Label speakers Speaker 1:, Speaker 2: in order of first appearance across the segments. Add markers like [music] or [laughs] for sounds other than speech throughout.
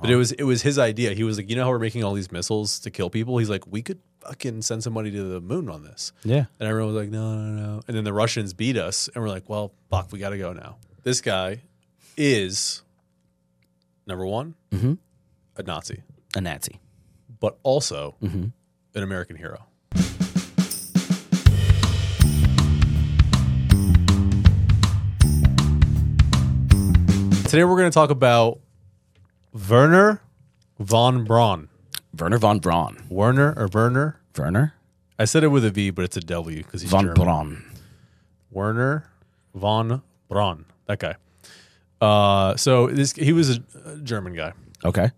Speaker 1: But it was it was his idea. He was like, you know how we're making all these missiles to kill people. He's like, we could fucking send somebody to the moon on this.
Speaker 2: Yeah.
Speaker 1: And everyone was like, no, no, no. And then the Russians beat us, and we're like, well, fuck, we got to go now. This guy is number one,
Speaker 2: Mhm.
Speaker 1: a Nazi,
Speaker 2: A Nazi.
Speaker 1: but also
Speaker 2: Mhm.
Speaker 1: an American hero. Today we're going to talk about Werner von Braun.
Speaker 2: Werner von Braun.
Speaker 1: Werner or Werner?
Speaker 2: Werner
Speaker 1: I said it with a V, but it's a W because he's
Speaker 2: von
Speaker 1: German.
Speaker 2: Braun.
Speaker 1: Werner von Braun, that guy. Uh, so this he was a, a German guy.
Speaker 2: Okay.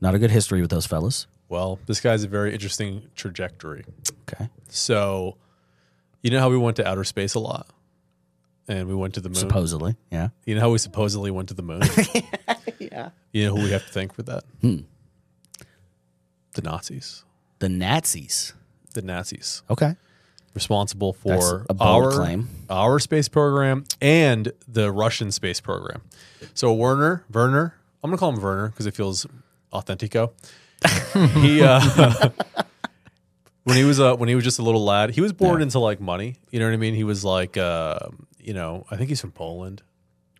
Speaker 2: Not a good history with those fellas.
Speaker 1: Well, this guy's a very interesting trajectory.
Speaker 2: Okay.
Speaker 1: So, you know how we went to outer space a lot, and we went to the moon.
Speaker 2: Supposedly. Yeah.
Speaker 1: you know how we supposedly went to the moon. yeah. You know who we have to thank for that? The Nazis.
Speaker 2: The Nazis.
Speaker 1: The Nazis
Speaker 2: Okay.
Speaker 1: responsible
Speaker 2: That's
Speaker 1: for
Speaker 2: a bold
Speaker 1: our
Speaker 2: claim.
Speaker 1: our space program and the Russian space program. So Werner, Werner, I'm gonna call him Werner because it feels
Speaker 2: [laughs]
Speaker 1: authentico. he uh, when he was uh, when he was just a little lad, he was born into like money. You know what I mean? He was like, uh, you know, I think he's from Poland.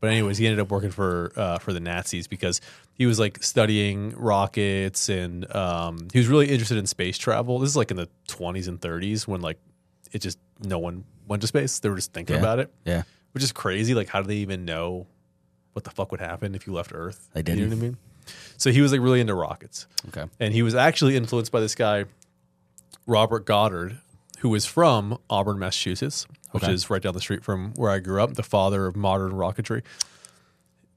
Speaker 1: But anyways, he ended up working for uh, for the Nazis because he was like studying rockets and um, he was really interested in space travel. This is like in the 20s and 30s when like it just no one went to space. They were just thinking
Speaker 2: Yeah.
Speaker 1: about it,
Speaker 2: Yeah.
Speaker 1: which is crazy. Like, how do they even know what the fuck would happen if you left Earth?
Speaker 2: They
Speaker 1: You
Speaker 2: didn't.
Speaker 1: know what I mean? So he was like really into rockets
Speaker 2: Okay.
Speaker 1: and he was actually influenced by this guy, Robert Goddard, who was from Auburn, Massachusetts, which
Speaker 2: Okay.
Speaker 1: is right down the street from where I grew up, the father of modern rocketry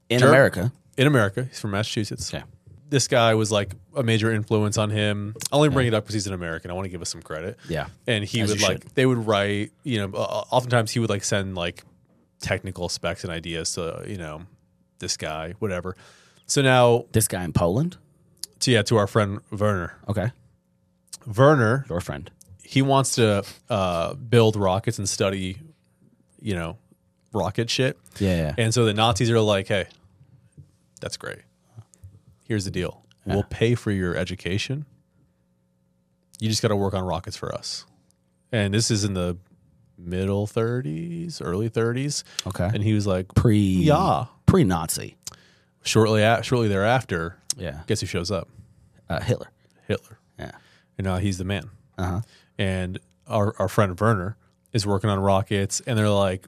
Speaker 2: In
Speaker 1: Ger-
Speaker 2: America.
Speaker 1: in America. He's from Massachusetts.
Speaker 2: Okay.
Speaker 1: This guy was like a major influence on him. I only bring it up because he's an American. I want to give us some credit.
Speaker 2: Yeah.
Speaker 1: And he
Speaker 2: As
Speaker 1: would
Speaker 2: you
Speaker 1: like, they would write, you know, uh, oftentimes he would like send like technical specs and ideas to, you know, this guy, whatever. So now,
Speaker 2: This guy in Poland.
Speaker 1: to, yeah, to our friend Werner.
Speaker 2: Okay.
Speaker 1: Werner
Speaker 2: Your friend.
Speaker 1: he wants to uh, build rockets and study, you know, rocket shit.
Speaker 2: Yeah.
Speaker 1: And so the Nazis are like, hey, that's great. Here's the deal we'll pay for your education. You just got to work on rockets for us. And this is in the middle 30s, early 30s.
Speaker 2: Okay.
Speaker 1: And he was like,
Speaker 2: Pre.
Speaker 1: yeah.
Speaker 2: Pre Nazi.
Speaker 1: Shortly, a- shortly thereafter,
Speaker 2: Yeah.
Speaker 1: guess who shows up?
Speaker 2: Uh, Hitler.
Speaker 1: Hitler.
Speaker 2: Yeah.
Speaker 1: And now he's the man.
Speaker 2: Uh huh.
Speaker 1: and our, our friend Werner is working on rockets, and they're like,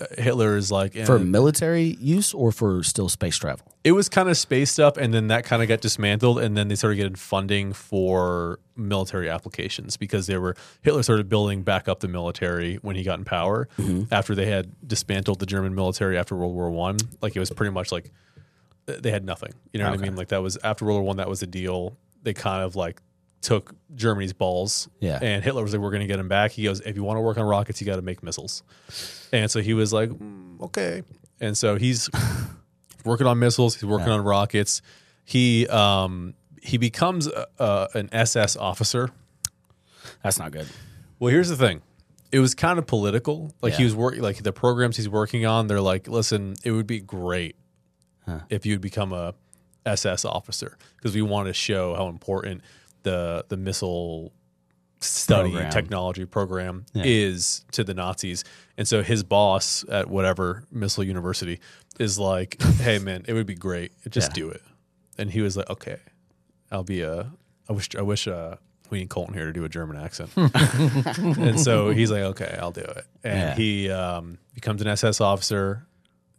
Speaker 1: uh, Hitler is like, eh.
Speaker 2: For military use or for still space travel?
Speaker 1: it was kind of space stuff, and then that kind of got dismantled, and then they started getting funding for military applications because they were Hitler started building back up the military when he got in power after they had dismantled the German military after World War One, like it was pretty much like th- they had nothing. You know what I mean? Like that was after World War One, that was the deal. They kind of like took Germany's balls.
Speaker 2: Yeah.
Speaker 1: And Hitler was like, "We're going to get him back." He goes, "If you want to work on rockets, you got to make missiles." And so he was like, "Mm, "Okay." And so he's working on missiles. He's working on rockets. He um he becomes a, a, an SS officer.
Speaker 2: That's not good.
Speaker 1: Well, here's the thing. It was kind of political. Like he
Speaker 2: Yeah.
Speaker 1: was working, like the programs he's working on. They're like, listen, it would be great if you'd become a SS officer because we want to show how important the the missile study
Speaker 2: Program.
Speaker 1: technology program is to the Nazis. And so his boss at whatever missile university is
Speaker 2: [laughs]
Speaker 1: like, hey man, it would be great. Just do it. And he was like, okay, I'll be a. I wish I wish uh, we need Colton here to do a German
Speaker 2: [laughs]
Speaker 1: accent. and so he's like, okay, I'll do it. And
Speaker 2: Yeah.
Speaker 1: he um, becomes an SS officer.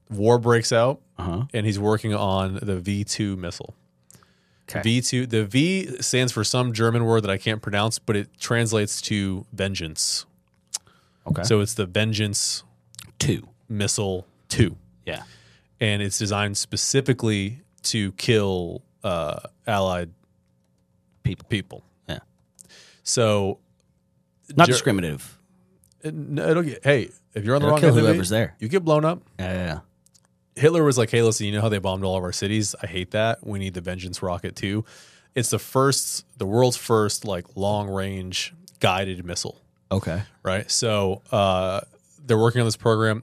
Speaker 1: War breaks out,
Speaker 2: Uh-huh.
Speaker 1: and he's working on the V two missile.
Speaker 2: 'Kay.
Speaker 1: V two. The V stands for some German word that I can't pronounce, but it translates to vengeance.
Speaker 2: Okay.
Speaker 1: So it's the Vengeance
Speaker 2: two.
Speaker 1: missile two.
Speaker 2: Yeah.
Speaker 1: and it's designed specifically to kill uh, allied
Speaker 2: People.
Speaker 1: People.
Speaker 2: Yeah.
Speaker 1: So
Speaker 2: Not
Speaker 1: Ger-
Speaker 2: discriminative.
Speaker 1: it, no, it'll get. Hey, if you're on the
Speaker 2: It'll
Speaker 1: wrong
Speaker 2: kill
Speaker 1: end of
Speaker 2: whoever's
Speaker 1: it,
Speaker 2: there.
Speaker 1: you get blown up.
Speaker 2: Yeah. yeah, yeah.
Speaker 1: Hitler was like, "Hey, listen, you know how they bombed all of our cities? I hate that. We need the vengeance rocket too. It's the first, the world's first like long range guided missile."
Speaker 2: Okay.
Speaker 1: right? So uh, they're working on this program.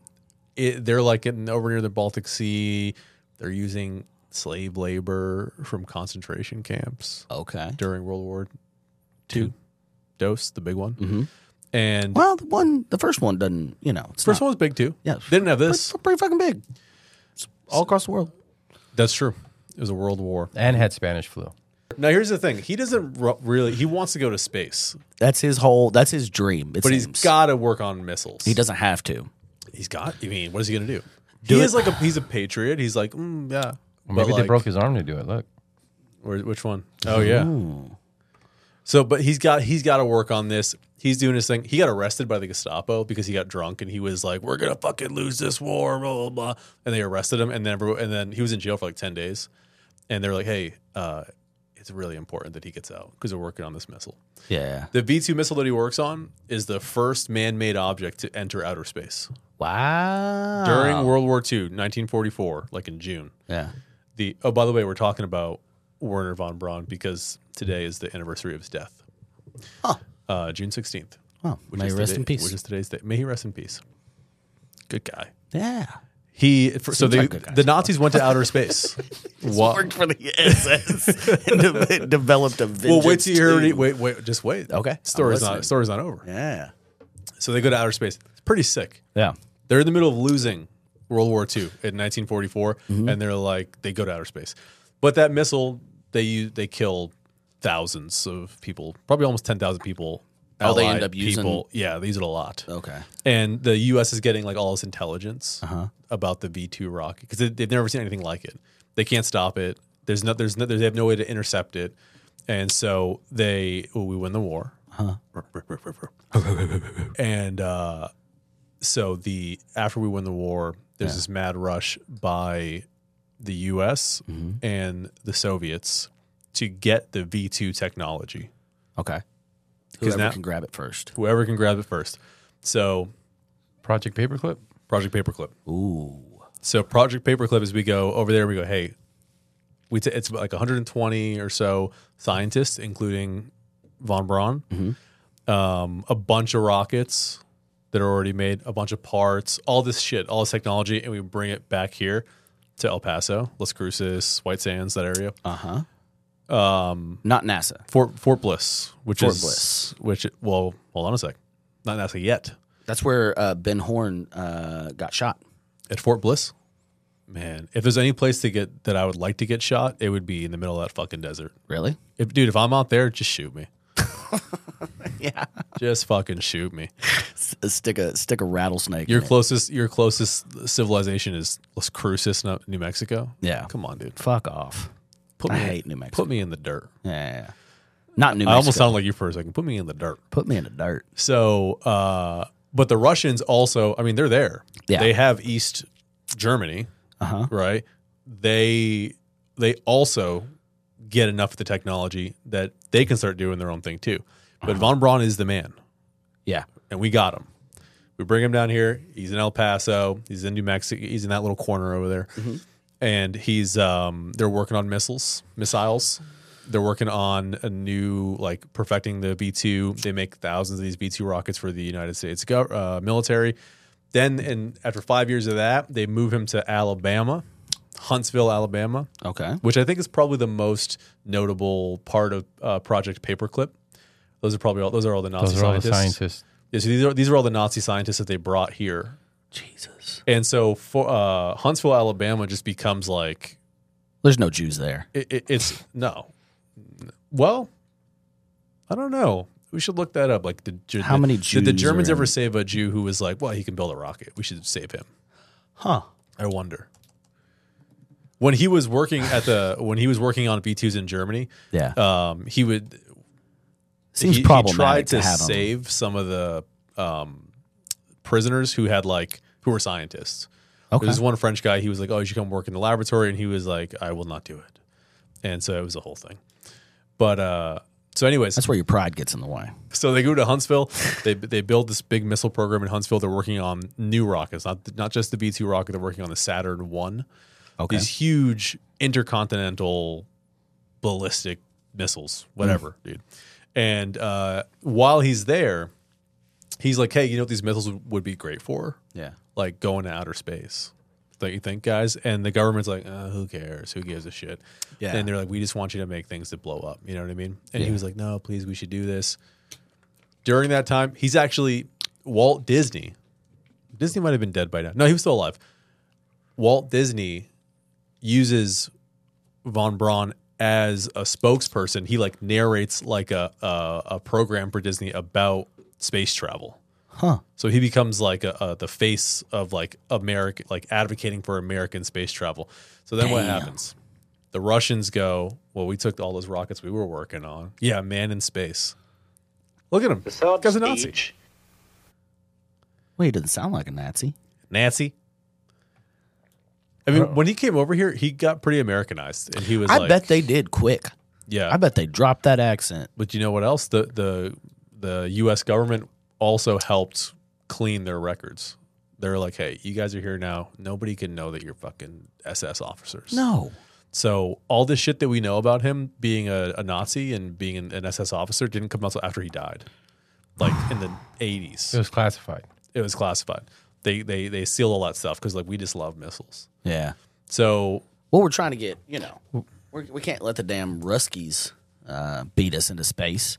Speaker 1: It, they're like getting over near the Baltic Sea. They're using slave labor from concentration camps
Speaker 2: Okay.
Speaker 1: during World War Two. Dose, the big one,
Speaker 2: Mm-hmm.
Speaker 1: and
Speaker 2: Well, the one, the first one doesn't. You know, it's
Speaker 1: first
Speaker 2: not-
Speaker 1: one was big too.
Speaker 2: Yeah,
Speaker 1: They didn't have this.
Speaker 2: pretty, pretty fucking big. It's all across the world.
Speaker 1: That's true. It was a world war.
Speaker 3: and had Spanish flu.
Speaker 1: Now here's the thing: he doesn't r- really. He wants to go to space,
Speaker 2: That's his whole. That's his dream. It
Speaker 1: but he's
Speaker 2: seems.
Speaker 1: got to work on missiles.
Speaker 2: He doesn't have to.
Speaker 1: He's got. I mean, what is he gonna do? he
Speaker 2: it.
Speaker 1: is like a. He's a patriot. He's like, mm, yeah.
Speaker 3: Or maybe
Speaker 1: But
Speaker 3: they
Speaker 1: like-
Speaker 3: broke his arm to do it. Look,
Speaker 1: Where, which one? Oh yeah. So, but he's got he's got to work on this. He's doing his thing. He got arrested by the Gestapo because he got drunk and he was like, "We're gonna fucking lose this war," blah blah blah. And they arrested him, and then everyone, and then he was in jail for like ten days. And they're like, "Hey, uh, it's really important that he gets out because we're working on this missile."
Speaker 2: Yeah.
Speaker 1: The V two missile that he works on is the first man made object to enter outer space
Speaker 2: Wow.
Speaker 1: during World War II, 1944, like in June
Speaker 2: Yeah.
Speaker 1: the oh by the way we're talking about werner von braun because today is the anniversary of his death uh, june 16th
Speaker 2: Well,
Speaker 1: which
Speaker 2: may
Speaker 1: is
Speaker 2: he rest
Speaker 1: today-
Speaker 2: in peace.
Speaker 1: which is today's day may he rest in peace good guy
Speaker 2: [laughs] yeah.
Speaker 1: he for, so
Speaker 2: Seems
Speaker 1: they,
Speaker 2: like good guy.
Speaker 1: the nazis went to outer space
Speaker 2: [laughs]
Speaker 1: what
Speaker 2: for the [laughs] SS and de- developed a
Speaker 1: well
Speaker 2: vengeance.
Speaker 1: wait till you hear
Speaker 2: too.
Speaker 1: what he- wait wait just wait
Speaker 2: Okay, I'm
Speaker 1: story's not
Speaker 2: listening.
Speaker 1: story's not over
Speaker 2: Yeah.
Speaker 1: so they go to outer space it's pretty sick
Speaker 2: Yeah.
Speaker 1: they're in the middle of losing World War II in 1944, and they're like they go to outer space. But that missile, they use, they kill thousands of people, probably almost 10,000 people.
Speaker 2: Oh, they
Speaker 1: Allied
Speaker 2: end up using-
Speaker 1: people. Yeah, they use it a lot.
Speaker 2: Okay.
Speaker 1: And the U.S. is getting like all this intelligence about the V two rocket because they, they've never seen anything like it. They can't stop it. There's no, there's no, they have no way to intercept it, and so they well, we win the war. [laughs] and uh, so the after we win the war, there's this mad rush by the U.S. and the Soviets to get the V two technology.
Speaker 2: Okay. Whoever
Speaker 1: now-
Speaker 2: can grab it first.
Speaker 1: Whoever can grab it first. So
Speaker 3: Project Paperclip.
Speaker 1: Project Paperclip.
Speaker 2: Ooh.
Speaker 1: So Project Paperclip, as we go over there, we go, hey, we t- it's like 120 or so scientists, including von Braun,
Speaker 2: Mm-hmm.
Speaker 1: um, a bunch of rockets that are already made, a bunch of parts, all this shit, all this technology, and we bring it back here to El Paso, Las Cruces, White Sands, that area,
Speaker 2: Uh huh. Um. Not NASA.
Speaker 1: Fort Fort Bliss, which
Speaker 2: Fort
Speaker 1: is
Speaker 2: Bliss.
Speaker 1: which well, hold on a sec, not NASA yet
Speaker 2: That's where uh, Ben Horn uh, got shot.
Speaker 1: at Fort Bliss. Man, if there's any place to get that I would like to get shot, it would be in the middle of that fucking desert.
Speaker 2: Really?
Speaker 1: If, dude, if I'm out there, just shoot me.
Speaker 2: [laughs] Yeah.
Speaker 1: Just fucking shoot me.
Speaker 2: uh, Stick a stick a rattlesnake.
Speaker 1: Your
Speaker 2: in it.
Speaker 1: closest, your closest civilization is Las Cruces, Nu- New Mexico.
Speaker 2: Yeah.
Speaker 1: come on, dude.
Speaker 2: Fuck off.
Speaker 1: Put
Speaker 2: I
Speaker 1: me,
Speaker 2: hate New Mexico.
Speaker 1: put me in the dirt.
Speaker 2: Yeah, yeah, yeah. Not New Mexico.
Speaker 1: I almost sound like you for a second. Put me in the dirt.
Speaker 2: Put me in the dirt.
Speaker 1: So, uh, but the Russians also, I mean, they're there.
Speaker 2: Yeah.
Speaker 1: They have East Germany,
Speaker 2: Uh-huh.
Speaker 1: right? They they also get enough of the technology that they can start doing their own thing too. But
Speaker 2: Uh-huh.
Speaker 1: von Braun is the man.
Speaker 2: Yeah.
Speaker 1: and we got him. We bring him down here. He's in El Paso. He's in New Mexico. He's in that little corner over there, and he's um, they're working on missiles, missiles. They're working on a new like perfecting the V two. They make thousands of these V two rockets for the United States gov- uh, military. Then, and after five years of that, they move him to Alabama, Huntsville, Alabama,
Speaker 2: Okay.
Speaker 1: which I think is probably the most notable part of uh, Project Paperclip. Those are probably all. Those are all the Nazi
Speaker 3: Those are all the
Speaker 1: scientists.
Speaker 3: scientists.
Speaker 1: Yeah, so these are these are all the Nazi scientists that they brought here,
Speaker 2: Jesus.
Speaker 1: and so for, uh, Huntsville, Alabama, just becomes like
Speaker 2: There's no Jews there.
Speaker 1: it, it, it's no. Well, I don't know. We should look that up. Like the Ju-
Speaker 2: How
Speaker 1: the-
Speaker 2: many
Speaker 1: did the
Speaker 2: Jews
Speaker 1: Germans
Speaker 2: are
Speaker 1: ever
Speaker 2: in-
Speaker 1: save a Jew who was like, well, he can build a rocket. We should save him.
Speaker 2: Huh.
Speaker 1: I wonder. When he was working at the when he was working on V twos in Germany,
Speaker 2: Yeah.
Speaker 1: um, he would
Speaker 2: Seems
Speaker 1: he,
Speaker 2: problematic
Speaker 1: he tried to,
Speaker 2: have 'em.
Speaker 1: save some of the um, prisoners who had like who were scientists.
Speaker 2: Okay.
Speaker 1: There was one French guy. He was like, "Oh, you should come work in the laboratory," and he was like, "I will not do it." And so it was a whole thing. But uh, so, anyways,
Speaker 2: That's where your pride gets in the way.
Speaker 1: so they go to Huntsville. They they build this big missile program in Huntsville. They're working on new rockets, not not just the B two rocket. They're working on the Saturn one.
Speaker 2: Okay.
Speaker 1: These huge intercontinental ballistic missiles, whatever, dude. And uh, while he's there, he's like, "Hey, you know what these missiles would, would be great for?
Speaker 2: Yeah.
Speaker 1: Like going to outer space." that you think, guys. And the government's like, uh, who cares? Who gives a shit?
Speaker 2: Yeah.
Speaker 1: And they're like, we just want you to make things that blow up. You know what I mean? And he was like, no, please, we should do this. During that time, he's actually Walt Disney. Disney might have been dead by now. No, he was still alive. Walt Disney uses von Braun as a spokesperson. He like narrates like a a, a program for Disney about space travel.
Speaker 2: Huh.
Speaker 1: So he becomes like a, a, the face of like American, like advocating for American space travel. So then what
Speaker 2: Damn.
Speaker 1: happens? The Russians go, well, we took all those rockets we were working on. Yeah, man in space. Look at him.
Speaker 4: The third
Speaker 1: Guy's a Nazi.
Speaker 4: stage
Speaker 2: Well, he doesn't sound like a Nazi.
Speaker 1: Nazi. I mean, when he came over here, he got pretty Americanized, and he was.
Speaker 2: I
Speaker 1: like,
Speaker 2: bet they did quick.
Speaker 1: Yeah,
Speaker 2: I bet they dropped that accent.
Speaker 1: But you know what else? The the the U.S. government also helped clean their records. They're like, hey, you guys are here now. Nobody can know that you're fucking SS officers.
Speaker 2: No.
Speaker 1: So all this shit that we know about him being a, a Nazi and being an, an SS officer didn't come out until after he died, like in the
Speaker 3: It
Speaker 1: 80s.
Speaker 3: was classified.
Speaker 1: It was classified. They they they seal all that stuff because like we just love missiles.
Speaker 2: Yeah.
Speaker 1: So
Speaker 2: Well, we're trying to get, you know, we're, we can't let the damn Ruskies uh, beat us into space.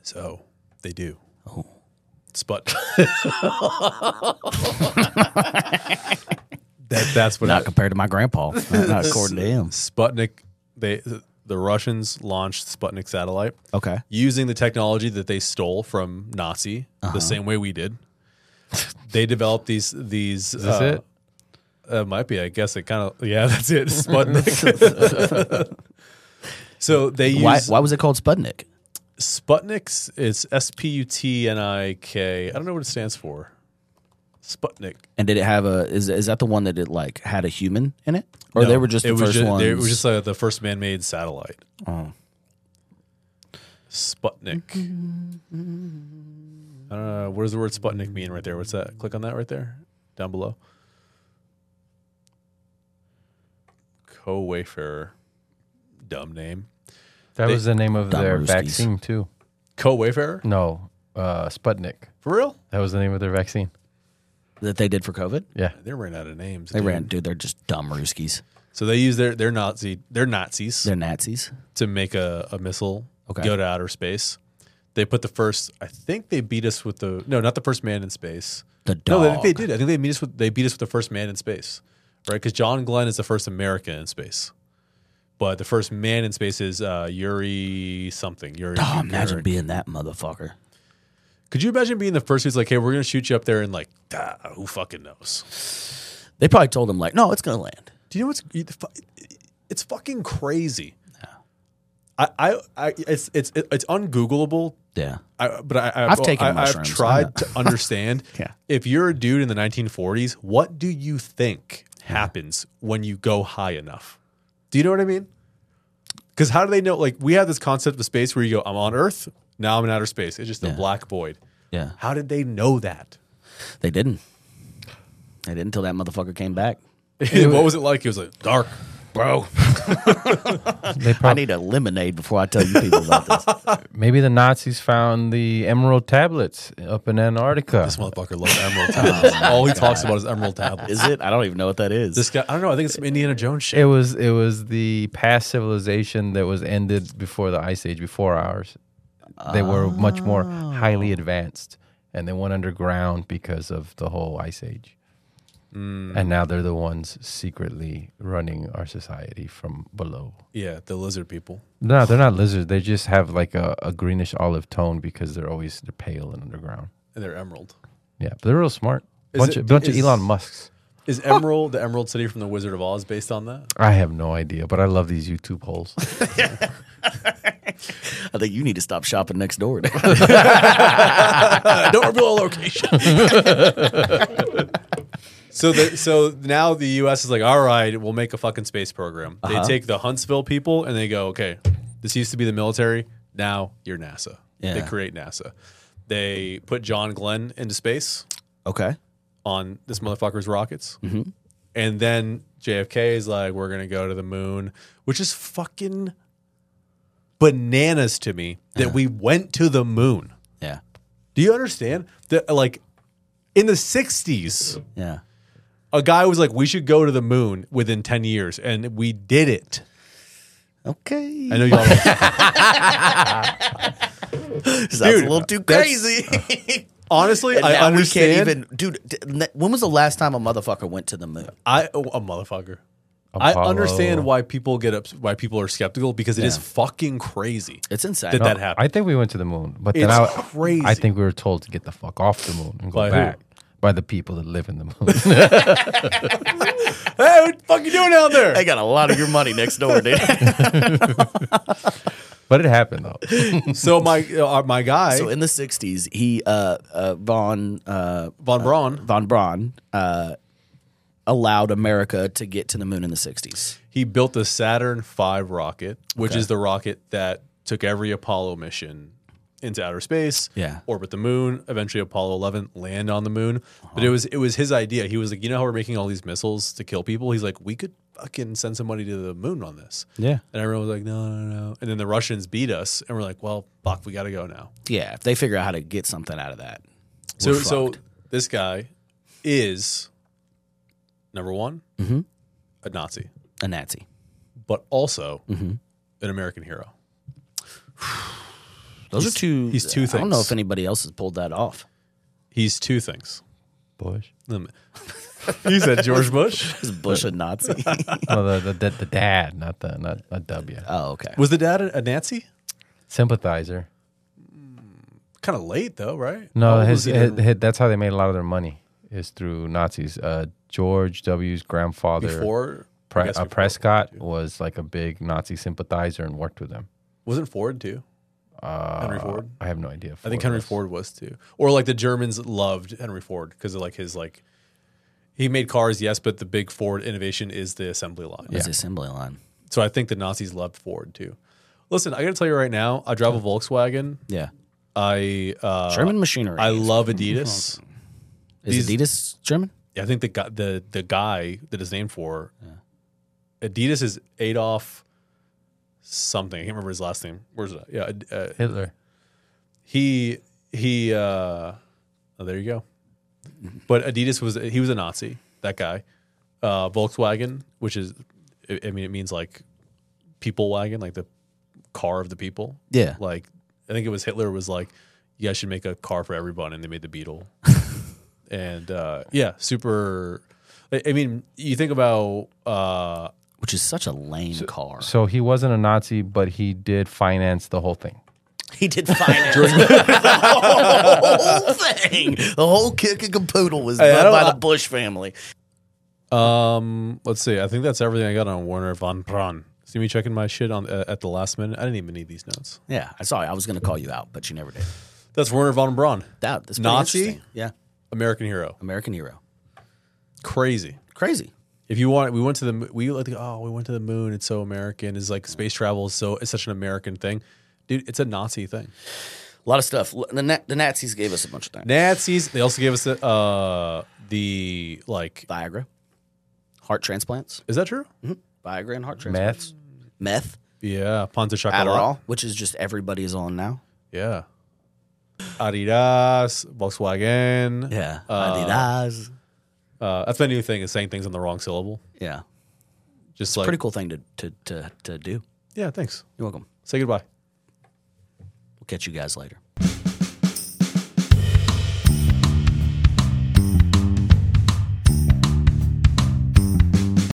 Speaker 1: so they do. Oh, Sput. [laughs] that that's what
Speaker 2: Not compared to my grandpa. Not, not according to [laughs] him.
Speaker 1: Sputnik, they the Russians launched Sputnik satellite
Speaker 2: Okay.
Speaker 1: using the technology that they stole from Nazi, the same way we did. they developed these these. Is
Speaker 3: this it?
Speaker 1: Uh, might be. I guess it kind of. Yeah, [laughs] that's it. Sputnik. so they use
Speaker 2: Why, why was it called Sputnik?
Speaker 1: Sputniks. It's S P U T N I K. I don't know what it stands for. Sputnik.
Speaker 2: And did it have a? Is is that the one that it like had a human in it, or they
Speaker 1: No,
Speaker 2: were just the
Speaker 1: it was
Speaker 2: first
Speaker 1: ju-
Speaker 2: ones? Oh.
Speaker 1: They were just like the first man-made satellite. Sputnik. I don't know. What does the word Sputnik mean right there? What's that? Click on that right there, down below. Co-wayfarer, dumb name.
Speaker 3: That
Speaker 1: They-
Speaker 3: was the name of
Speaker 2: Dumb
Speaker 3: their
Speaker 2: Ruskies.
Speaker 3: vaccine too.
Speaker 1: Co-wayfarer
Speaker 3: No, uh, Sputnik.
Speaker 1: for real?
Speaker 3: That was the name of their vaccine.
Speaker 2: that they did for COVID.
Speaker 3: Yeah,
Speaker 1: They ran out of names.
Speaker 2: They
Speaker 1: dude.
Speaker 2: ran, dude. They're just dumb Ruskies.
Speaker 1: So they use their their Nazi their Nazis
Speaker 2: They're Nazis.
Speaker 1: to make a, a missile
Speaker 2: Okay.
Speaker 1: go to outer space. They put the first. I think they beat us with the no, not the first man in space.
Speaker 2: The
Speaker 1: No,
Speaker 2: dog.
Speaker 1: they, they did. I think they beat us with they beat us with the first man in space, right? Because John Glenn is the first American in space, but the first man in space is uh, Yuri something. Yuri.
Speaker 2: Oh, imagine
Speaker 1: Gagarin.
Speaker 2: being that motherfucker.
Speaker 1: Could you imagine being the first who's like, "Hey, we're gonna shoot you up there," and like, "Ah, who fucking knows?
Speaker 2: They probably told him like, no, it's gonna land.
Speaker 1: Do you know what's you- the fu- it's fucking crazy. I, I, I, it's it's it's ungoogleable
Speaker 2: Yeah.
Speaker 1: I, but I, I,
Speaker 2: I've taken
Speaker 1: I, I've
Speaker 2: mushrooms. I know.
Speaker 1: tried
Speaker 2: [laughs]
Speaker 1: to understand.
Speaker 2: Yeah.
Speaker 1: If you're a dude in the 1940s, what do you think happens when you go high enough? Do you know what I mean? Because how do they know? Like we have this concept of space where you go, I'm on Earth, now I'm in outer space. It's just a black void.
Speaker 2: Yeah.
Speaker 1: How did they know that?
Speaker 2: They didn't. They didn't until that motherfucker came back.
Speaker 1: what was it like? It was like dark, bro.
Speaker 3: they
Speaker 2: I
Speaker 3: probably
Speaker 2: need a lemonade before I tell you people about this.
Speaker 3: maybe the Nazis found the emerald tablets up in Antarctica.
Speaker 1: This motherfucker loves
Speaker 2: [laughs]
Speaker 1: emerald tablets. All he talks about is emerald tablets.
Speaker 2: Oh Is it? I don't even know what that is.
Speaker 1: This guy, I don't know. I think it's some Indiana Jones shit.
Speaker 3: It was it was the past civilization that was ended before the ice age, before ours. They were much more highly advanced, and they went underground because of the whole ice age.
Speaker 1: Hmm.
Speaker 3: And now they're the ones secretly running our society from below.
Speaker 1: Yeah, the lizard people.
Speaker 3: No, they're not lizards. They just have like a, a greenish olive tone because they're always they're pale and underground.
Speaker 1: And they're emerald.
Speaker 3: Yeah, but they're real smart.
Speaker 1: Is
Speaker 3: bunch
Speaker 1: it-
Speaker 3: of, bunch
Speaker 1: is-
Speaker 3: of Elon Musk's.
Speaker 1: Is Emerald the Emerald City from the Wizard of Oz based on that?
Speaker 3: I have no idea, but I love these YouTube polls.
Speaker 2: I think you need to stop shopping
Speaker 1: [laughs]
Speaker 2: next door.
Speaker 1: I don't [laughs] reveal a Uh, location. so the, so now the U.S. is like, all right, we'll make a fucking space program. They take the Huntsville people and they go, okay, this used to be the military. Now you're NASA. They
Speaker 2: Yeah.
Speaker 1: create NASA. They put John Glenn into space
Speaker 2: okay.
Speaker 1: on this motherfucker's rockets.
Speaker 2: Mm-hmm.
Speaker 1: And then JFK is like, we're going to go to the moon, which is fucking bananas to me that we went to the moon.
Speaker 2: Yeah.
Speaker 1: Do you understand that? Like in the '60s,
Speaker 2: Yeah.
Speaker 1: a A guy was like, "We should go to the moon within ten years," and we did it.
Speaker 2: Okay.
Speaker 1: I know
Speaker 2: [laughs]
Speaker 1: y'all. don't-
Speaker 2: That's
Speaker 1: Dude,
Speaker 2: a little too
Speaker 1: that's-
Speaker 2: crazy. [laughs]
Speaker 1: honestly,
Speaker 2: And
Speaker 1: I
Speaker 2: now we
Speaker 1: understand.
Speaker 2: can't even, dude. d- n- When was the last time a motherfucker went to the moon?
Speaker 1: I oh, a motherfucker. [laughs] I
Speaker 3: Apollo.
Speaker 1: understand why people get up, why people are skeptical because it is fucking crazy.
Speaker 2: It's insane.
Speaker 1: Did
Speaker 2: No,
Speaker 1: that happen?
Speaker 3: Oh, I think we went to the moon, but then
Speaker 1: It's
Speaker 3: I,
Speaker 1: crazy.
Speaker 3: I think we were told to get the fuck off the moon and go
Speaker 1: By who?
Speaker 3: back by the people that live in the moon. [laughs]
Speaker 1: hey, what the fuck you doing out
Speaker 2: [laughs]
Speaker 1: there?
Speaker 2: They got a lot of your money next
Speaker 1: [laughs]
Speaker 2: door, dude.
Speaker 3: but it
Speaker 1: [laughs]
Speaker 3: happened
Speaker 2: [laughs]
Speaker 3: though.
Speaker 1: so my uh, my guy
Speaker 2: so in the '60s, he uh, uh, Von uh,
Speaker 1: Von Braun,
Speaker 2: Von Braun uh, allowed America to get to the moon in the '60s.
Speaker 1: he built the Saturn V rocket, which is the rocket that took every Apollo mission into outer space,
Speaker 2: Yeah.
Speaker 1: orbit the moon, eventually Apollo 11 land on the moon. But
Speaker 2: Uh-huh.
Speaker 1: it was it was his idea. He was like, "You know how we're making all these missiles to kill people?" He's like, "We could fucking send somebody to the moon on this."
Speaker 2: Yeah,
Speaker 1: And everyone was like, "No, no, no." And then the Russians beat us and we're like, "Well, fuck, we got to go now."
Speaker 2: yeah. If they figure out how to get something out of that,
Speaker 1: So
Speaker 2: we're
Speaker 1: so
Speaker 2: fucked.
Speaker 1: this guy is number one,
Speaker 2: Mm-hmm.
Speaker 1: a Nazi,
Speaker 2: a Nazi,
Speaker 1: but also an American hero.
Speaker 2: those are two.
Speaker 1: he's two
Speaker 2: I don't know
Speaker 1: things.
Speaker 2: if anybody else has pulled that off.
Speaker 1: He's two things.
Speaker 3: Bush,
Speaker 1: [laughs] Um, you said George Bush
Speaker 2: Is Bush a
Speaker 1: [laughs]
Speaker 2: Nazi?
Speaker 3: no, the, the, the, the dad, not the not, not W.
Speaker 2: oh, okay.
Speaker 1: was the dad a a Nazi?
Speaker 3: Sympathizer.
Speaker 1: Kind of late though, right? How
Speaker 3: No,
Speaker 1: old
Speaker 3: his,
Speaker 1: was he then?
Speaker 3: his, his- that's how they made a lot of their money is through Nazis. Uh, George W.'s grandfather,
Speaker 1: before
Speaker 3: Pre-
Speaker 1: I guess
Speaker 3: uh,
Speaker 1: before-
Speaker 3: Prescott, was like a big Nazi sympathizer and worked with them.
Speaker 1: wasn't Ford too. Uh, Henry Ford.
Speaker 3: I have no idea.
Speaker 1: I think Henry
Speaker 3: was.
Speaker 1: Ford was too. Or like the Germans loved Henry Ford because of like his like he made cars, yes, but the big Ford innovation is the assembly line.
Speaker 2: It's the assembly line.
Speaker 1: So I think the Nazis loved Ford too. Listen, I got to tell you right now, I drive a Volkswagen.
Speaker 2: Yeah,
Speaker 1: I uh,
Speaker 2: German machinery.
Speaker 1: I love Adidas.
Speaker 2: Is Adidas German?
Speaker 1: Yeah, I think the guy, the the guy that is named for Adidas is Adolf something. I can't remember his last name. Where's that? Yeah, Ad- uh,
Speaker 3: Hitler.
Speaker 1: he he. Uh, oh, there you go. But Adidas was he was a Nazi. That guy, uh, Volkswagen, which is, I I mean, it means like people wagon, like the car of the people.
Speaker 2: Yeah.
Speaker 1: Like I think it was Hitler was like, you guys should make a car for everyone, and they made the Beetle. and uh, yeah, super. I I mean, you think about uh,
Speaker 2: Which is such a lame car.
Speaker 3: So he wasn't a Nazi, but he did finance the whole thing.
Speaker 2: He did finance [laughs] the whole thing. The whole kick and capoodle was
Speaker 1: I
Speaker 2: done
Speaker 1: don't-
Speaker 2: by the
Speaker 1: I-
Speaker 2: Bush family.
Speaker 1: Um, let's see. I think that's everything I got on Warner von Braun. See me checking my shit on uh, at the last minute. I didn't even need these notes.
Speaker 2: Yeah, I sorry, I was going to call you out, but you never did.
Speaker 1: That's Werner von Braun,
Speaker 2: That that's pretty
Speaker 1: Nazi?
Speaker 2: interesting. yeah,
Speaker 1: American hero.
Speaker 2: American hero,
Speaker 1: Crazy.
Speaker 2: crazy.
Speaker 1: If you want, we went to the mo- we like to go, oh we went to the moon. It's so American. It's like space travel is so it's such an American thing, dude. It's a Nazi thing.
Speaker 2: A lot of stuff. L- The, Na- the Nazis gave us a bunch of things.
Speaker 1: Nazis. They also gave us the uh the like.
Speaker 2: Viagra, heart transplants,
Speaker 1: Is that true?
Speaker 2: Mm-hmm. Viagra and heart transplants,
Speaker 3: Meth.
Speaker 2: meth,
Speaker 1: Yeah, Ponte Chocolat.
Speaker 2: Adderall, which is just everybody is on now.
Speaker 1: Yeah. Adidas, Volkswagen.
Speaker 2: Yeah,
Speaker 1: Uh,
Speaker 2: Adidas.
Speaker 1: uh, that's my new thing is saying things on the wrong syllable.
Speaker 2: Yeah,
Speaker 1: Just like
Speaker 2: pretty cool thing to to to to do.
Speaker 1: Yeah, thanks.
Speaker 2: You're welcome.
Speaker 1: Say goodbye.
Speaker 2: We'll catch you guys later.